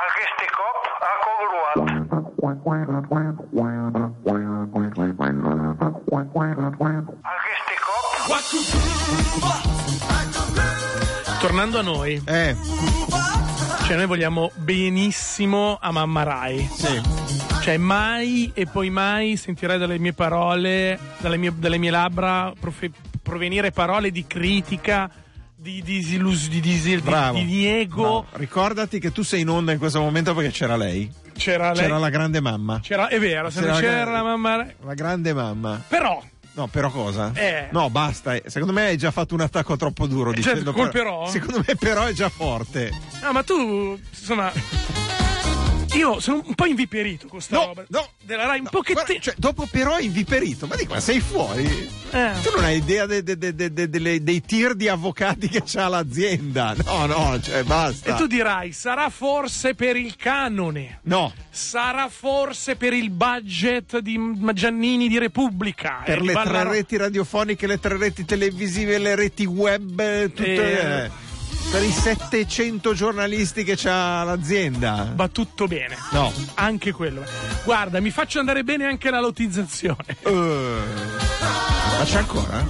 Este cop ha congruat. Este cop Tornando a noi, Eh, cioè noi vogliamo benissimo a Mamma Rai. sì. Cioè mai e poi mai sentirai dalle mie parole, dalle mie, dalle mie labbra profe- provenire parole di critica, di disillusione, di, disil- di- Bravo. di Bravo. niego. Ricordati che tu sei in onda in questo momento perché c'era lei. C'era Ah, lei. C'era la grande mamma. C'era- è vero, se C'era non la c'era grande- la Mamma Rai. La grande mamma. Però, No, però cosa? Eh. No, basta. eh, Secondo me hai già fatto un attacco troppo duro. Eh, dicendo certo, col però? Secondo me però è già forte. no, ma tu, insomma. Io sono un po' inviperito con sta roba. Della Rai, un no, pochettino. guarda, cioè, dopo però è inviperito. Ma di qua sei fuori. Eh. Tu non hai idea de- de- de- de- delle- dei tir di avvocati che c'ha l'azienda. No, no, cioè basta. E tu dirai, sarà forse per il canone. No, Sarà forse per il budget di M- Giannini di Repubblica. per e di le tre Ballarò- reti radiofoniche, le tre reti televisive, le reti web, eh, tutte. Eh. Per i 700 giornalisti che c'ha l'azienda. Va tutto bene. No. Anche quello. Guarda, mi faccio andare bene anche la lotizzazione. Eh, Ma c'è ancora?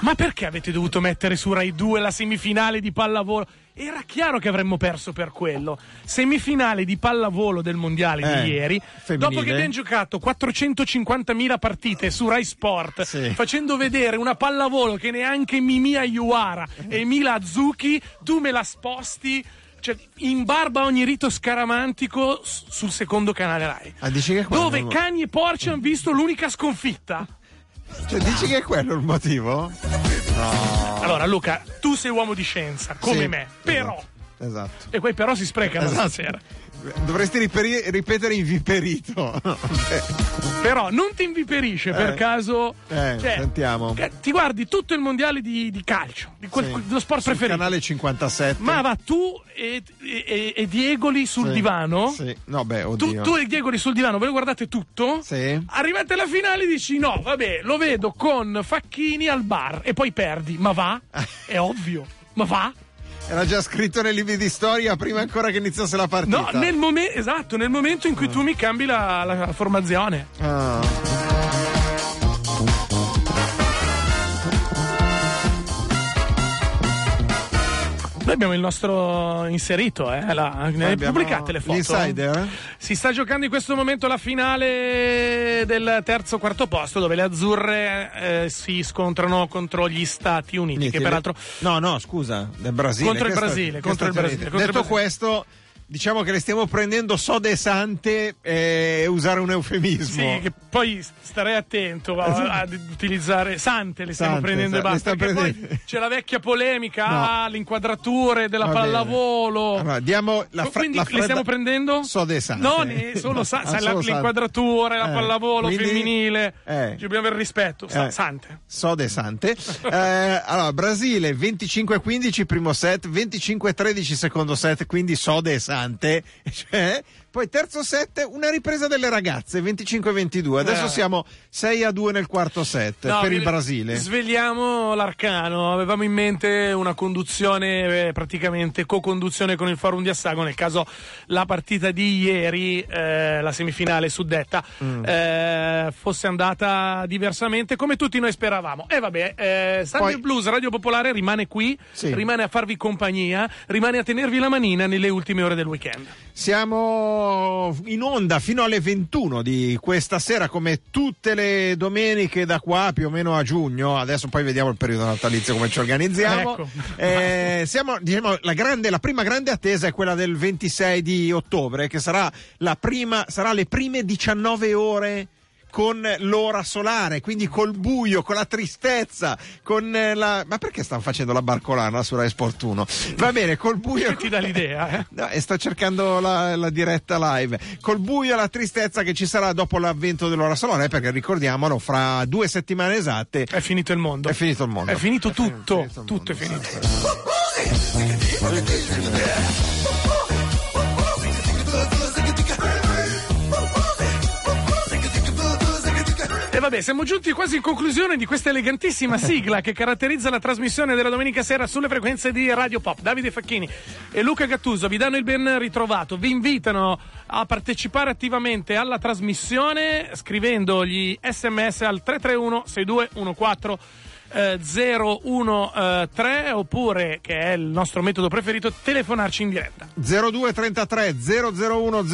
Ma perché avete dovuto mettere su Rai 2 la semifinale di pallavolo? Era chiaro che avremmo perso per quello. Semifinale di pallavolo del mondiale Eh, di ieri, femminile. dopo che abbiamo giocato 450.000 partite su Rai Sport, Sì. facendo vedere una pallavolo che neanche Mimia Iuara e Mila Azuki, tu me la sposti. Cioè, in barba a ogni rito scaramantico s- sul secondo canale Rai. Ah, dici che quello- Dove cani e porci hanno visto l'unica sconfitta. Cioè, dici che è quello il motivo? Allora, Luca, tu sei uomo di scienza, come Sì. me, però. Esatto. E quei però si sprecano stasera. esatto. Dovresti riperi- ripetere inviperito. Però non ti inviperisce per Eh. caso. Eh, sentiamo. che Ti guardi tutto il mondiale di, di calcio, di quel, Sì. dello sport Sul preferito. Canale 57. Ma va tu e, e, e Diegoli sul Sì. divano. Sì. No, beh, Tu, oddio. tu e Diegoli sul divano, ve lo guardate tutto? Sì. Arrivate alla finale e dici: No, vabbè, lo vedo con Facchini al bar e poi perdi. Ma va? È ovvio. Ma va? Era già scritto nei libri di storia prima ancora che iniziasse la No, partita. nel momen- esatto, nel momento in cui tu mi cambi la, la formazione. Ah. Noi abbiamo il nostro inserito, eh, la- ne Abbiamo pubblicate le foto. l'insider? eh? Si sta giocando in questo momento la finale del terzo quarto posto, dove le azzurre eh, si scontrano contro gli Stati Uniti, Niente, che peraltro No, no, scusa, del Brasile. Contro il Questo- Brasile, questo contro il già Brasile, detto. contro il Detto Brasile. questo, diciamo che le stiamo prendendo sode e sante e usare un eufemismo. Sì, che poi starei attento a- ad utilizzare Sante, le stiamo Sante, prendendo e esatto, le basta. stiamo Perché poi prendendo. c'è la vecchia polemica, No. ah, le inquadrature della Va bene. pallavolo. Allora, diamo la fra- Quindi la le fredda- stiamo prendendo? Sode e sante. No, ne- solo sa- Ah, sa- la- solo sante. l'inquadratura, la Eh, pallavolo quindi- femminile. eh. Ci dobbiamo avere rispetto. Sa- Eh, Sante. Sode Sante. Eh, allora, Brasile 25-15 primo set, 25-13 secondo set, quindi Sode e Sante. Cioè, poi terzo set, una ripresa delle ragazze, 25-22. Adesso Eh. siamo 6-2 nel quarto set No, per vi- il Brasile. Svegliamo l'arcano. Avevamo in mente una conduzione, eh, praticamente co-conduzione con il Forum di Assago. Nel caso la partita di ieri, eh, la semifinale suddetta, Mm. eh, fosse andata diversamente come tutti noi speravamo. E vabbè, eh, Sandy Poi- e Blues Radio Popolare rimane qui, Sì. rimane a farvi compagnia, rimane a tenervi la manina nelle ultime ore del weekend. Siamo in onda fino alle 21 di questa sera, come tutte le domeniche da qua più o meno a giugno. Adesso poi vediamo il periodo natalizio come ci organizziamo. Ecco. Eh, siamo, diciamo, la, grande- la prima grande attesa è quella del 26 di ottobre, che sarà, la prima, sarà le prime 19 ore con l'ora solare, quindi col buio, con la tristezza, con eh, la... Ma perché stanno facendo la barcolana su Rai Sport 1? Va bene, col buio... Ti dà l'idea, eh? No, e sto cercando la, la diretta live. Col buio e la tristezza che ci sarà dopo l'avvento dell'ora solare, perché ricordiamolo, fra due settimane esatte È finito il mondo. È finito il mondo. È finito tutto. finito il tutto è finito. E vabbè, siamo giunti quasi in conclusione di questa elegantissima sigla che caratterizza la trasmissione della domenica sera sulle frequenze di Radio Pop. Davide Facchini e Luca Gattuso vi danno il ben ritrovato, vi invitano a partecipare attivamente alla trasmissione scrivendo gli sms al 331 6214 eh, 013 oppure che è il nostro metodo preferito telefonarci in diretta 0233 001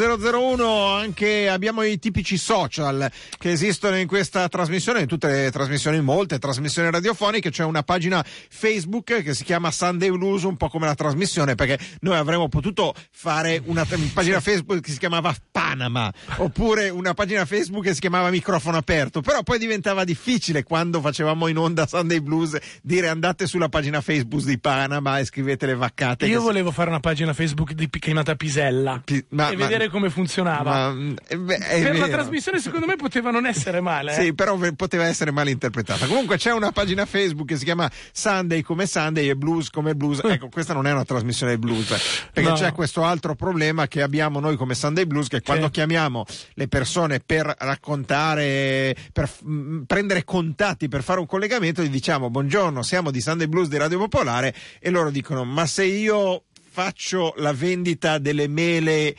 001 anche abbiamo i tipici social che esistono in questa trasmissione in tutte le trasmissioni in molte trasmissioni radiofoniche c'è una pagina Facebook che si chiama Sunday Blues un po' come la trasmissione perché noi avremmo potuto fare una t- pagina Facebook che si chiamava Panama oppure una pagina Facebook che si chiamava Microfono Aperto però poi diventava difficile quando facevamo in onda Sunday Blues dire andate sulla pagina Facebook di Panama e scrivete le vaccate che io si- volevo fare una pagina Facebook di, chiamata Pisella Pi- ma- e ma- vedere come funzionava Ma, eh, beh, è per la vero. trasmissione secondo me poteva non essere male eh. Sì, però ve- poteva essere mal interpretata. Comunque c'è una pagina Facebook che si chiama Sunday come Sunday e Blues come Blues. Ecco, questa non è una trasmissione blues, eh, perché No. c'è questo altro problema che abbiamo noi come Sunday Blues che quando chiamiamo le persone per raccontare, per f- mh, prendere contatti, per fare un collegamento, gli diciamo "Buongiorno, siamo di Sunday Blues di Radio Popolare" e loro dicono "Ma se io faccio la vendita delle mele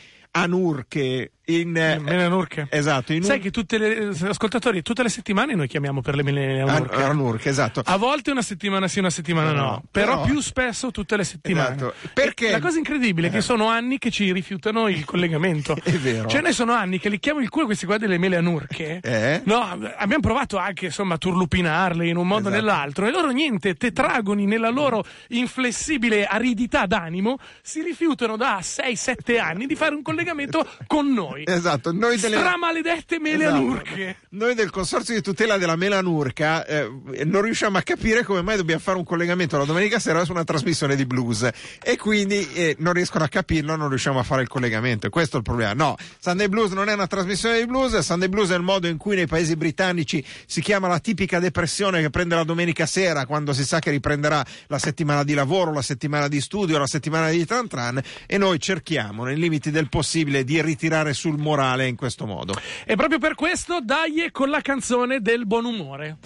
anurche in eh, Mele Anurche. Esatto, in Sai un- che tutte le eh, ascoltatori, tutte le settimane noi chiamiamo per le mele Anurche. Anurche. Anurche, esatto. A volte una settimana sì, una settimana No, no, no, però, però- più spesso tutte le settimane. Esatto. Perché- E La cosa incredibile è Eh. che sono anni che ci rifiutano il collegamento. È vero. Cioè, noi sono anni che li chiamo il culo questi qua delle mele anurche. Eh? No, abbiamo provato anche insomma a turlupinarle in un modo o Esatto. nell'altro, e loro niente, tetragoni nella loro inflessibile aridità d'animo, si rifiutano da 6-7 anni di fare un collegamento con noi. Esatto, noi delle Stramaledette mele Esatto. anurche. Noi del Consorzio di tutela della melanurca eh, non riusciamo a capire come mai dobbiamo fare un collegamento la domenica sera su una trasmissione di blues e quindi eh, non riescono a capirlo, non riusciamo a fare il collegamento. E Questo è il problema. No, Sunday Blues non è una trasmissione di blues, Sunday Blues è il modo in cui nei paesi britannici si chiama la tipica depressione che prende la domenica sera quando si sa che riprenderà la settimana di lavoro, la settimana di studio, la settimana di tran tran e noi cerchiamo nei limiti del possibile di ritirare sul morale in questo modo. E proprio per questo, dai con la canzone del buon umore.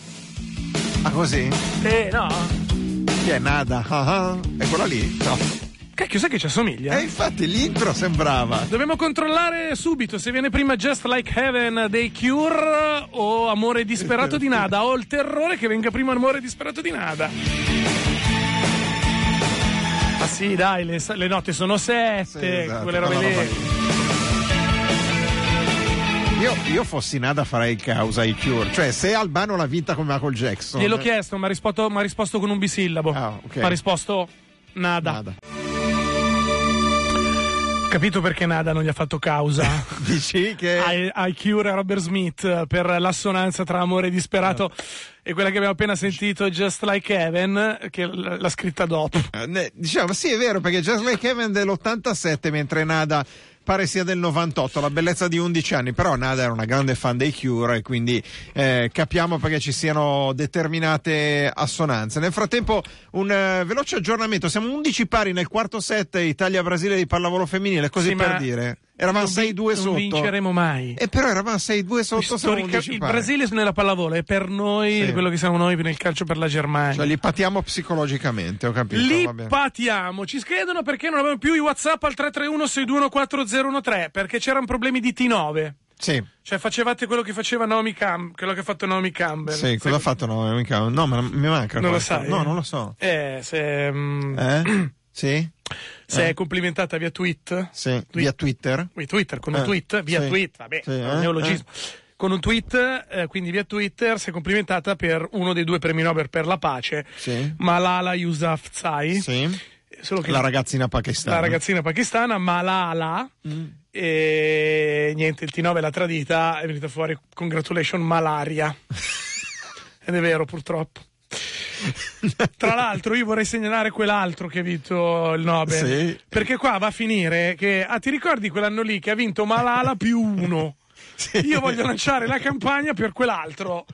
Ah così? Eh, no. Chi è Nada? Ah, ah. È quella lì? No. Cacchio, sai che ci assomiglia? E infatti l'intro sembrava. Dobbiamo controllare subito se viene prima Just Like Heaven dei Cure o Amore disperato di Nada o il terrore che venga prima Amore disperato di Nada. Ma sì, dai, le, le note sono sette, Sì, esatto, quelle robe quella lì. roba Io, io fossi Nada farei causa ai Cure. Cioè, se Albano l'ha vinta come Michael Jackson. eh, Gliel'ho chiesto, mi ha risposto, m'ha risposto con un bisillabo. Ah, ok. Mi ha risposto nada. Nada. Capito perché Nada non gli ha fatto causa. Dici che... ai, ai Cure e Robert Smith eh, per l'assonanza tra Amore Disperato e quella che abbiamo appena sentito, Just Like Heaven, eh, che l- l'ha scritta dopo. Eh, ne- Diciamo, sì, è vero, perché Just Like Heaven dell'87, mentre Nada pare sia del 98, la bellezza di 11 anni. Però Nada era una grande fan dei Cure e quindi eh, capiamo perché ci siano determinate assonanze. Nel frattempo, un eh, veloce aggiornamento: siamo 11 pari nel quarto set Italia-Brasile di pallavolo femminile, così Sì, ma per dire. Eravamo non vin- 6-2 non sotto. vinceremo mai. E però eravamo 6-2 sotto, siamo Storica- 11 il pari. Brasile nella pallavolo è per noi Sì. quello che siamo noi nel calcio per la Germania. Cioè, li patiamo psicologicamente, ho capito. Li va bene. patiamo, ci schedono perché non abbiamo più i WhatsApp al 331-621-4013 perché c'erano problemi di T9. Sì. Cioè facevate quello che faceva Naomi Campbell, quello che ha fatto Naomi Campbell. Sì, cosa ha fatto? No, mica- no, ma mi manca. Non lo questo. sai? No, non lo so. Eh, se, mm, Eh? sì? se è complimentata via tweet. Eh. Sì. Tweet. Via Twitter? Via Twitter, con un Eh, tweet, via sì. tweet, vabbè, Sì, è un eh, neologismo. Con un tweet, eh, quindi via Twitter, si è complimentata per uno dei due premi Nobel per la pace, Sì. Malala Yousafzai, Sì. solo che La ragazzina pakistana. la ragazzina pakistana, Malala, e niente, il T9 l'ha tradita, è venuta fuori congratulation malaria. Ed è vero, purtroppo. Tra l'altro, io vorrei segnalare quell'altro che ha vinto il Nobel. Sì. Perché qua va a finire che. Ah, ti ricordi quell'anno lì che ha vinto Malala più uno? Sì. Io voglio lanciare la campagna per quell'altro.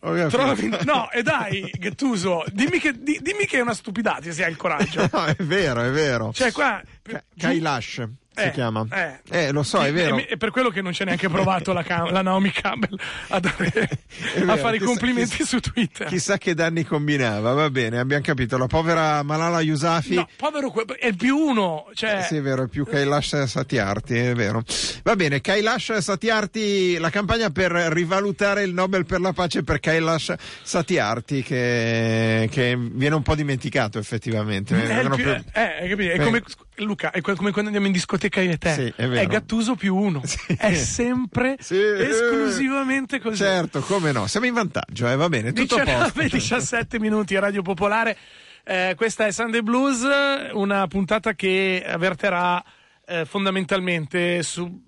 Ho capito. Trovi- No, e dai, Gattuso, dimmi che, di- dimmi che è una stupidata se hai il coraggio. No, è vero, è vero. Cioè, qua. Ka- Kailash. si Eh, chiama. eh. Eh, lo so, Sì, è vero. E, e per quello che non c'è neanche provato la, Cam- la Naomi Campbell a, dare- È a vero, fare i chissà- complimenti chissà- su Twitter. Chissà che danni combinava, va bene, abbiamo capito. La povera Malala Yusafi. No, povero, que- è il più uno. Cioè, Eh, Sì, è vero, è più Kailash Satiarti, è vero. Va bene, Kailash Satiarti, la campagna per rivalutare il Nobel per la pace per Kailash Satiarti, che, che viene un po' dimenticato effettivamente. È, il Vengono più- più- eh, hai capito? È Beh. come, Luca, è que- come quando andiamo in discoteca io e te. Sì, è vero. Gattuso più uno. Sì. È sempre Sì, eh, esclusivamente così. Certo, come no, siamo in vantaggio, eh, va bene, tutto a posto. certo. 19, 17 minuti a Radio Popolare. Eh, questa è Sunday Blues, una puntata che avverterà eh, fondamentalmente su-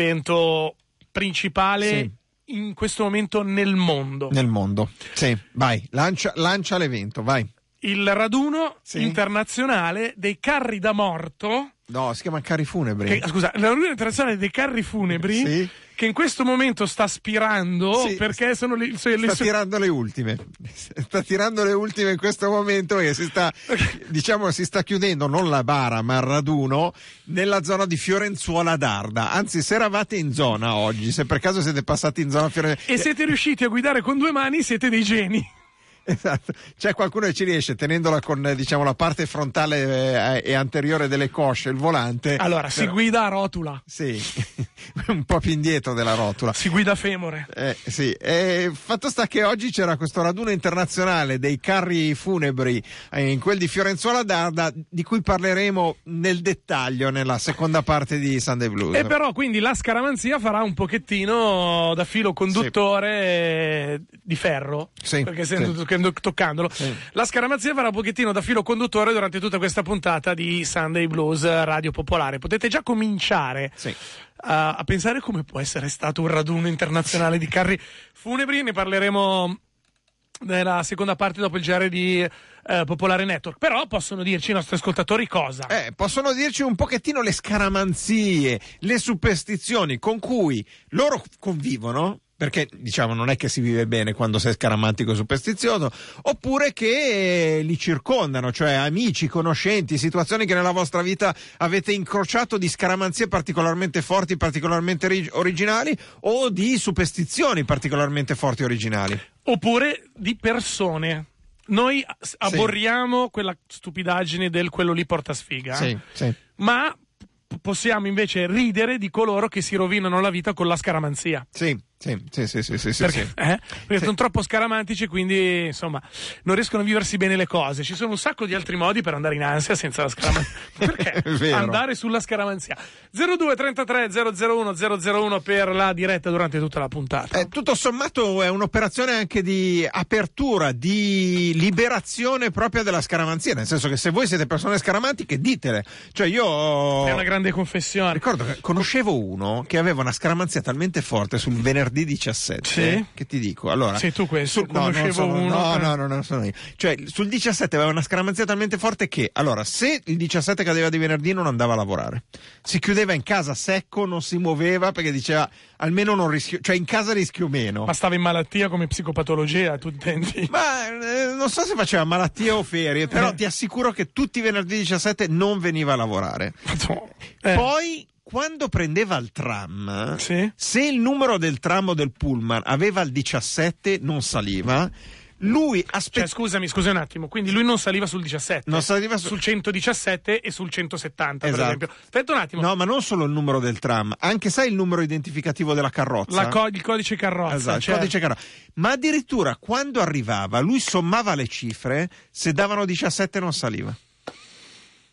sull'evento principale Sì. in questo momento nel mondo. Nel mondo. Sì, vai, lancia, lancia l'evento, vai. Il raduno Sì. internazionale dei carri da morto. No, si chiama Cari Funebri. Che, ah, scusa, la Unione Internazionale dei Carri Funebri, Sì. che in questo momento sta spirando Sì. Oh, perché sono le, le Sta sue- tirando le ultime, sta tirando le ultime in questo momento e si sta, diciamo, si sta chiudendo non la bara ma il raduno nella zona di Fiorenzuola d'Arda. Anzi, se eravate in zona oggi, se per caso siete passati in zona Fiorenzuola, e siete riusciti a guidare con due mani, siete dei geni. Esatto. C'è qualcuno che ci riesce tenendola con eh, diciamo, la parte frontale eh, e anteriore delle cosce, il volante. Allora, si Però- guida a rotula, Sì, un po' più indietro della rotola. si guida a femore. Eh, sì, eh, fatto sta che oggi c'era questo raduno internazionale dei carri funebri eh, in quel di Fiorenzuola d'Arda, di cui parleremo nel dettaglio nella seconda parte di Sunday Blues. E però quindi la scaramanzia farà un pochettino da filo conduttore eh, di ferro, Sì, perché essendo sì. toccando- toccandolo, la scaramanzia farà un pochettino da filo conduttore durante tutta questa puntata di Sunday Blues Radio Popolare. Potete già cominciare Sì. a, a pensare come può essere stato un raduno internazionale di carri funebri. Ne parleremo nella seconda parte dopo il GR di eh, Popolare Network. Però possono dirci i nostri ascoltatori cosa. Eh, possono dirci un pochettino le scaramanzie, le superstizioni con cui loro convivono. Perché diciamo non è che si vive bene quando sei scaramantico e superstizioso, oppure che eh, li circondano, cioè amici, conoscenti, situazioni che nella vostra vita avete incrociato di scaramanzie particolarmente forti, particolarmente ri- originali, o di superstizioni particolarmente forti e originali. oppure di persone. Noi s- aborriamo quella stupidaggine del quello lì porta sfiga, sì. ma p- possiamo invece ridere di coloro che si rovinano la vita con la scaramanzia. Sì, sì, sì, sì, sì, sì, sì, Perché, sì. eh? Perché Sì. sono troppo scaramantici, e quindi insomma non riescono a viversi bene le cose. Ci sono un sacco di altri modi per andare in ansia senza la scaramanzia. È Perché vero. andare sulla scaramanzia? 02 33 001 001 per la diretta durante tutta la puntata. Eh, tutto sommato è un'operazione anche di apertura, di liberazione propria della scaramanzia, nel senso che se voi siete persone scaramantiche ditele. Cioè io È una grande confessione. Ah, ricordo che conoscevo uno che aveva una scaramanzia talmente forte sul venerdì 17 Sì. che ti dico, allora Sei tu questo, sul- no, non conoscevo sono- uno, No, eh. no, no, non sono io. Cioè sul 17 aveva una scaramanzia talmente forte che allora se il 17 cadeva di venerdì non andava a lavorare. Si chiudeva in casa secco, non si muoveva perché diceva almeno non rischio, cioè in casa rischio meno. Ma stava in malattia come psicopatologia, tu intendi? Ma eh, non so se faceva malattia o ferie, Eh. però ti assicuro che tutti i venerdì 17 non veniva a lavorare. Madonna. Eh, Poi, quando prendeva il tram, Sì. se il numero del tram o del pullman aveva il 17, non saliva. Lui cioè, aspettava. scusami, scusa un attimo. Quindi lui non saliva sul 17, Non saliva su- sul 117 e sul 170, Esatto. per esempio. Aspetta un attimo, No, ma non solo il numero del tram, anche sai il numero identificativo della carrozza. La co- il codice carrozza. Esatto, il cioè- codice Carrà. Ma addirittura quando arrivava, lui sommava le cifre, se davano 17 non saliva.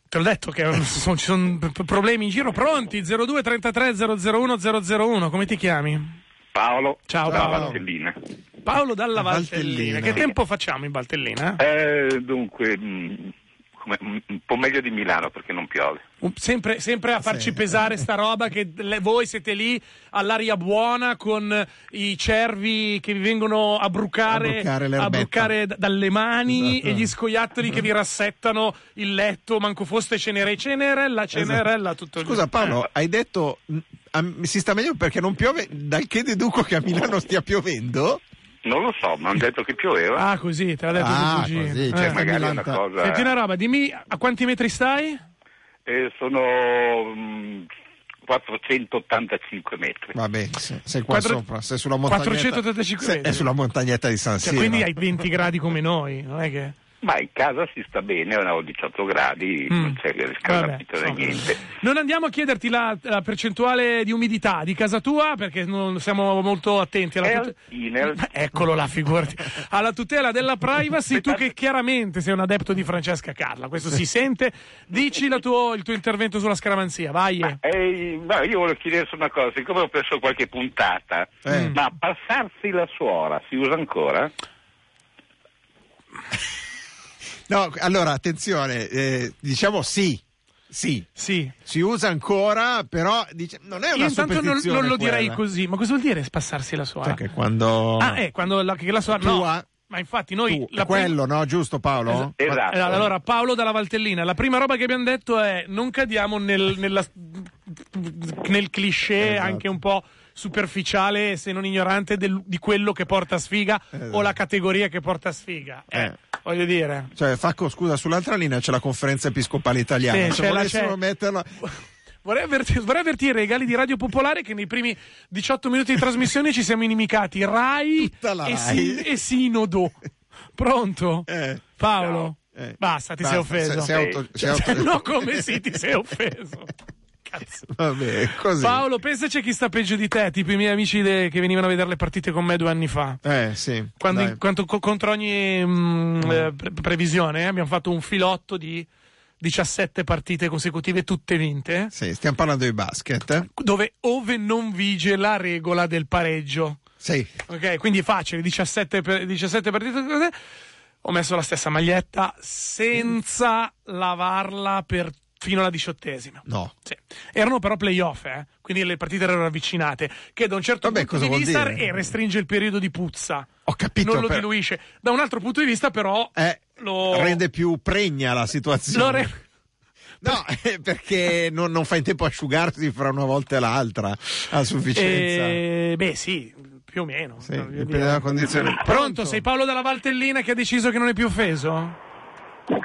Te l'ho detto che sono- ci sono p- problemi in giro. Pronti? 02 33 001 001. Come ti chiami? Paolo Ciao, dalla Paolo. Valtellina. Paolo dalla Valtellina. Valtellina. Che tempo facciamo in Valtellina? Eh, dunque, mh, come- mh, un po' meglio di Milano perché non piove. Un- Sempre, sempre a farci Sì. pesare sta roba che le- voi siete lì all'aria buona con i cervi che vi vengono a brucare, A brucare l'erbetta. a brucare d- dalle mani Esatto. e gli scoiattoli che vi rassettano il letto, manco foste cenere, cenerella, cenerella, Esatto. tutto Eh. il Scusa Paolo, hai detto mh, a- si sta meglio perché non piove, dal che deduco che a Milano stia piovendo? Non lo so, ma hanno detto che pioveva. Cioè, Ah, così, te l'ha detto Ah, tuo cugino. così, Eh. certo. magari è una Milanta. cosa. Senti una roba, dimmi a quanti metri stai? eh, sono mm, 485 metri. Va bene, se- sei qua Quattro- sopra, sei sulla montagnetta. 485 Sei- metri. È sulla montagnetta di San Cioè, Siro. quindi hai 20 gradi come noi, non è che... Ma in casa si sta bene, ho 18 gradi, Mm. non c'è riscaldamento Vabbè, né insomma. niente. Non andiamo a chiederti la, la percentuale di umidità di casa tua perché non siamo molto attenti alla È tut- alpina, è alpina. Eccolo là, figurati. Alla tutela della privacy, tu che chiaramente sei un adepto di Francesca Carla, questo si sente. Dici la tuo- il tuo intervento sulla scaramanzia, vai. eh. Eh, no, io volevo chiedersi una cosa, siccome ho perso qualche puntata, Eh. ma passarsi la suora si usa ancora? No, allora, attenzione, eh, diciamo sì, sì. Sì. Si usa ancora, però dice- non è una Io intanto non, superstizione non lo quella. direi così, ma cosa vuol dire spassarsi la suora? Perché quando... Ah, eh, quando la, che la suora... No, Tua. ma infatti noi... tu, la prima- quello, no? Giusto Paolo? Esatto. Eh, Allora, Paolo dalla Valtellina, la prima roba che abbiamo detto è non cadiamo nel, nella- nel cliché Esatto. anche un po' superficiale, se non ignorante, del- di quello che porta sfiga Esatto. o la categoria che porta sfiga. Eh, Eh. Voglio dire. Cioè, Facco, scusa, sull'altra linea c'è la conferenza episcopale italiana. Cioè, Sì, Se c'è la- volessero c'è- metterla... Vorrei, avverti- vorrei avvertire i gali di Radio Popolare che nei primi 18 minuti di trasmissione ci siamo inimicati Rai, Tutta la e, Rai. sin- e Sinodo. Pronto? Eh. Paolo? Ciao. Eh. Basta, ti Basta, sei offeso. se- se auto- se auto- Cioè, no, come sì, ti sei offeso. Cazzo. Vabbè, così. Paolo, pensaci a chi sta peggio di te, tipo i miei amici de- che venivano a vedere le partite con me due anni fa. Eh, sì. Quando dai. in- quanto- co- contro ogni mm, eh, pre- previsione eh, abbiamo fatto un filotto di 17 partite consecutive, tutte vinte, Sì, stiamo parlando di basket. eh? dove ove non vige la regola del pareggio. Sì. Ok, quindi facile, 17, per- 17 partite. così. Ho messo la stessa maglietta senza lavarla per- fino alla diciottesima. No. Sì. Erano però playoff, eh? quindi le partite erano avvicinate, che da un certo Vabbè, cosa punto di vuol vista dire? eh, restringe il periodo di puzza, Ho capito. non lo però- diluisce. Da un altro punto di vista però Eh, lo Rende più pregna la situazione. lo re- No, eh, perché non, non fai in tempo a asciugarsi fra una volta e l'altra a sufficienza. Eh, beh sì, più o meno. Sì, voglio dipende dire. dalla condizione. Pronto, sei Paolo dalla Valtellina che ha deciso che non è più offeso? No,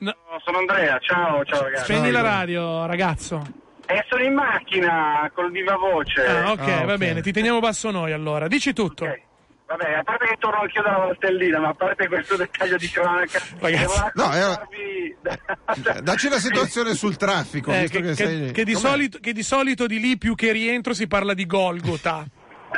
sono, sono Andrea, ciao, ciao ragazzi. Spegni la radio, ragazzo. Eh, sono in macchina col viva voce. Ah, ok, ah, va ok. bene, ti teniamo basso noi allora. Dici tutto. Eh. Ok. Vabbè, a parte che torno anch'io dalla Valtellina, ma a parte questo dettaglio di cronaca, Ragazzi, devo no, raccontarvi- Dacci la situazione sul traffico. Eh, visto che, che, che- sei lì. che di Com'è? solito, che di solito di lì più che rientro si parla di Golgota.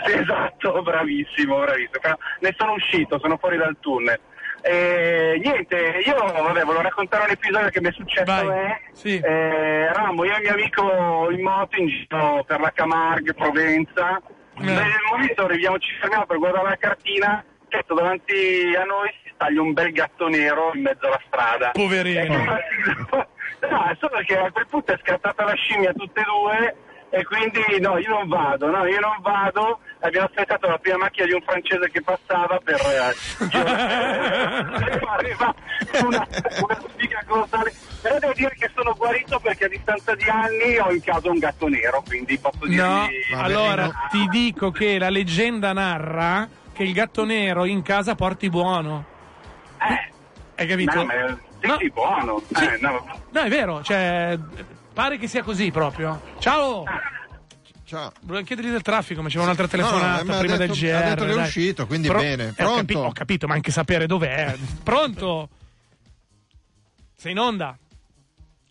Sì, esatto, bravissimo, bravissimo. Però ne sono uscito, sono fuori dal tunnel. E, niente, io vabbè, volevo raccontare un episodio che mi è successo Vai. a me. Sì. Eh, Ramo, io e mio amico in moto in giro per la Camargue, Provenza. Eh. Beh, nel momento arriviamo, ci fermiamo per guardare la cartina. Certo, davanti a noi si taglia un bel gatto nero in mezzo alla strada. Eh, Poverino. No, è solo perché a quel punto è scattata la scimmia tutte e due e quindi no, io non vado, no, io non vado. Abbiamo aspettato la prima macchina di un francese che passava per eh, girare. arriva una, una sfiga colossale. Però devo dire che sono guarito perché a distanza di anni ho in casa un gatto nero, quindi posso dire No, Va allora bene, no. ti dico che la leggenda narra che il gatto nero in casa porti buono. eh, Hai capito? no, ma- sì, No. sì, buono. Sì. Eh, no. No, è vero, cioè pare che sia così proprio. Ciao! Ciao. Volevo chiedergli del traffico, ma c'era un'altra no, telefonata ma ha prima detto- del GR. ha detto che è dai. uscito, quindi bene. eh, ho Pronto? capi- Ho, capito, ma anche sapere dov'è. Pronto? Sei in onda?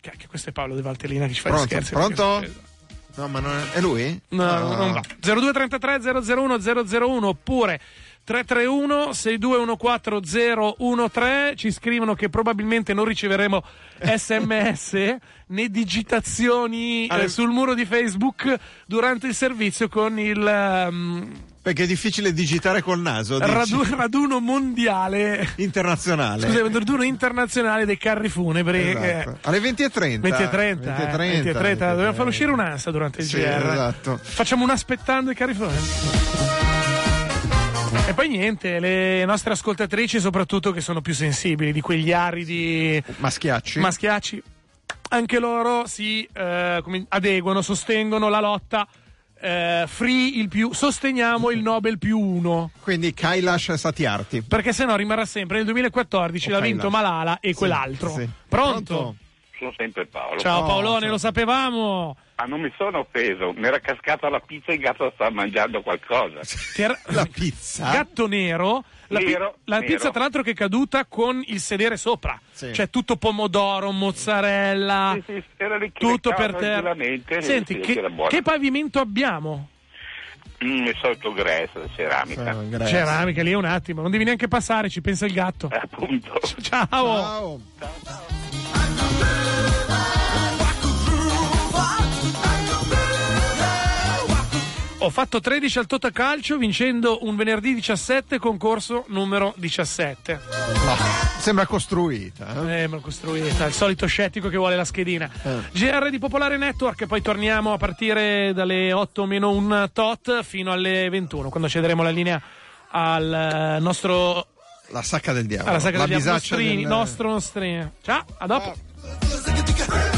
Che, che questo è Paolo De Valtellina che ci fa gli Pronto? scherzi. Pronto? perché- No, ma non è, è lui? No, Ah. non va. 0233 001 001 oppure 331 6214013 ci scrivono che probabilmente non riceveremo sms né digitazioni eh, Alle- sul muro di Facebook durante il servizio con il ehm, Perché è difficile digitare col naso. dici? radu- raduno mondiale Internazionale. scusate, raduno internazionale dei carri funebri Esatto. che- Alle 20.30. 20.30, 20.30, 20.30, dobbiamo far uscire un'ansa durante il Sì, GR. esatto. Facciamo un aspettando i carifoni. E poi niente, le nostre ascoltatrici, soprattutto che sono più sensibili di quegli aridi Ma schiacci? maschiacci, anche loro si eh, come- adeguano, sostengono la lotta. eh, free il più, sosteniamo il Nobel più uno. Quindi Kailash Satyarthi. Perché sennò rimarrà sempre nel 2014 l'ha Ok, vinto no. Malala e Sì, quell'altro. sì. Pronto? sono sempre Paolo. Ciao Oh, Paolone, ciao. lo sapevamo. Ma non mi sono offeso, mi era cascata la pizza e il gatto stava mangiando qualcosa. Ter- La pizza. Gatto nero. La, pi- Nero, la nero. pizza, tra l'altro, che è caduta con il sedere sopra. Sì. Cioè, tutto pomodoro, mozzarella. Sì, sì, era lì che tutto leccava per terra. tranquillamente, Senti, sì, che, era buono. che pavimento abbiamo? Mm, il solito grasso, ceramica. Ah, grazie. Ceramica, lì un attimo. Non devi neanche passare, ci pensa il gatto. Eh, Appunto. Ciao. Ciao. Ho fatto 13 al Totacalcio vincendo un venerdì 17 concorso numero 17. Ma sembra costruita. eh? Eh, ma costruita, il solito scettico che vuole la schedina. Eh. GR di Popolare Network, poi torniamo a partire dalle 8 meno un tot fino alle 21, quando cederemo la linea al eh, nostro La Ah, sacca del diavolo. alla sacra la di Diavolo bisaccia Nostrini, del- nostro Nostrini. Ciao, a dopo. Ciao.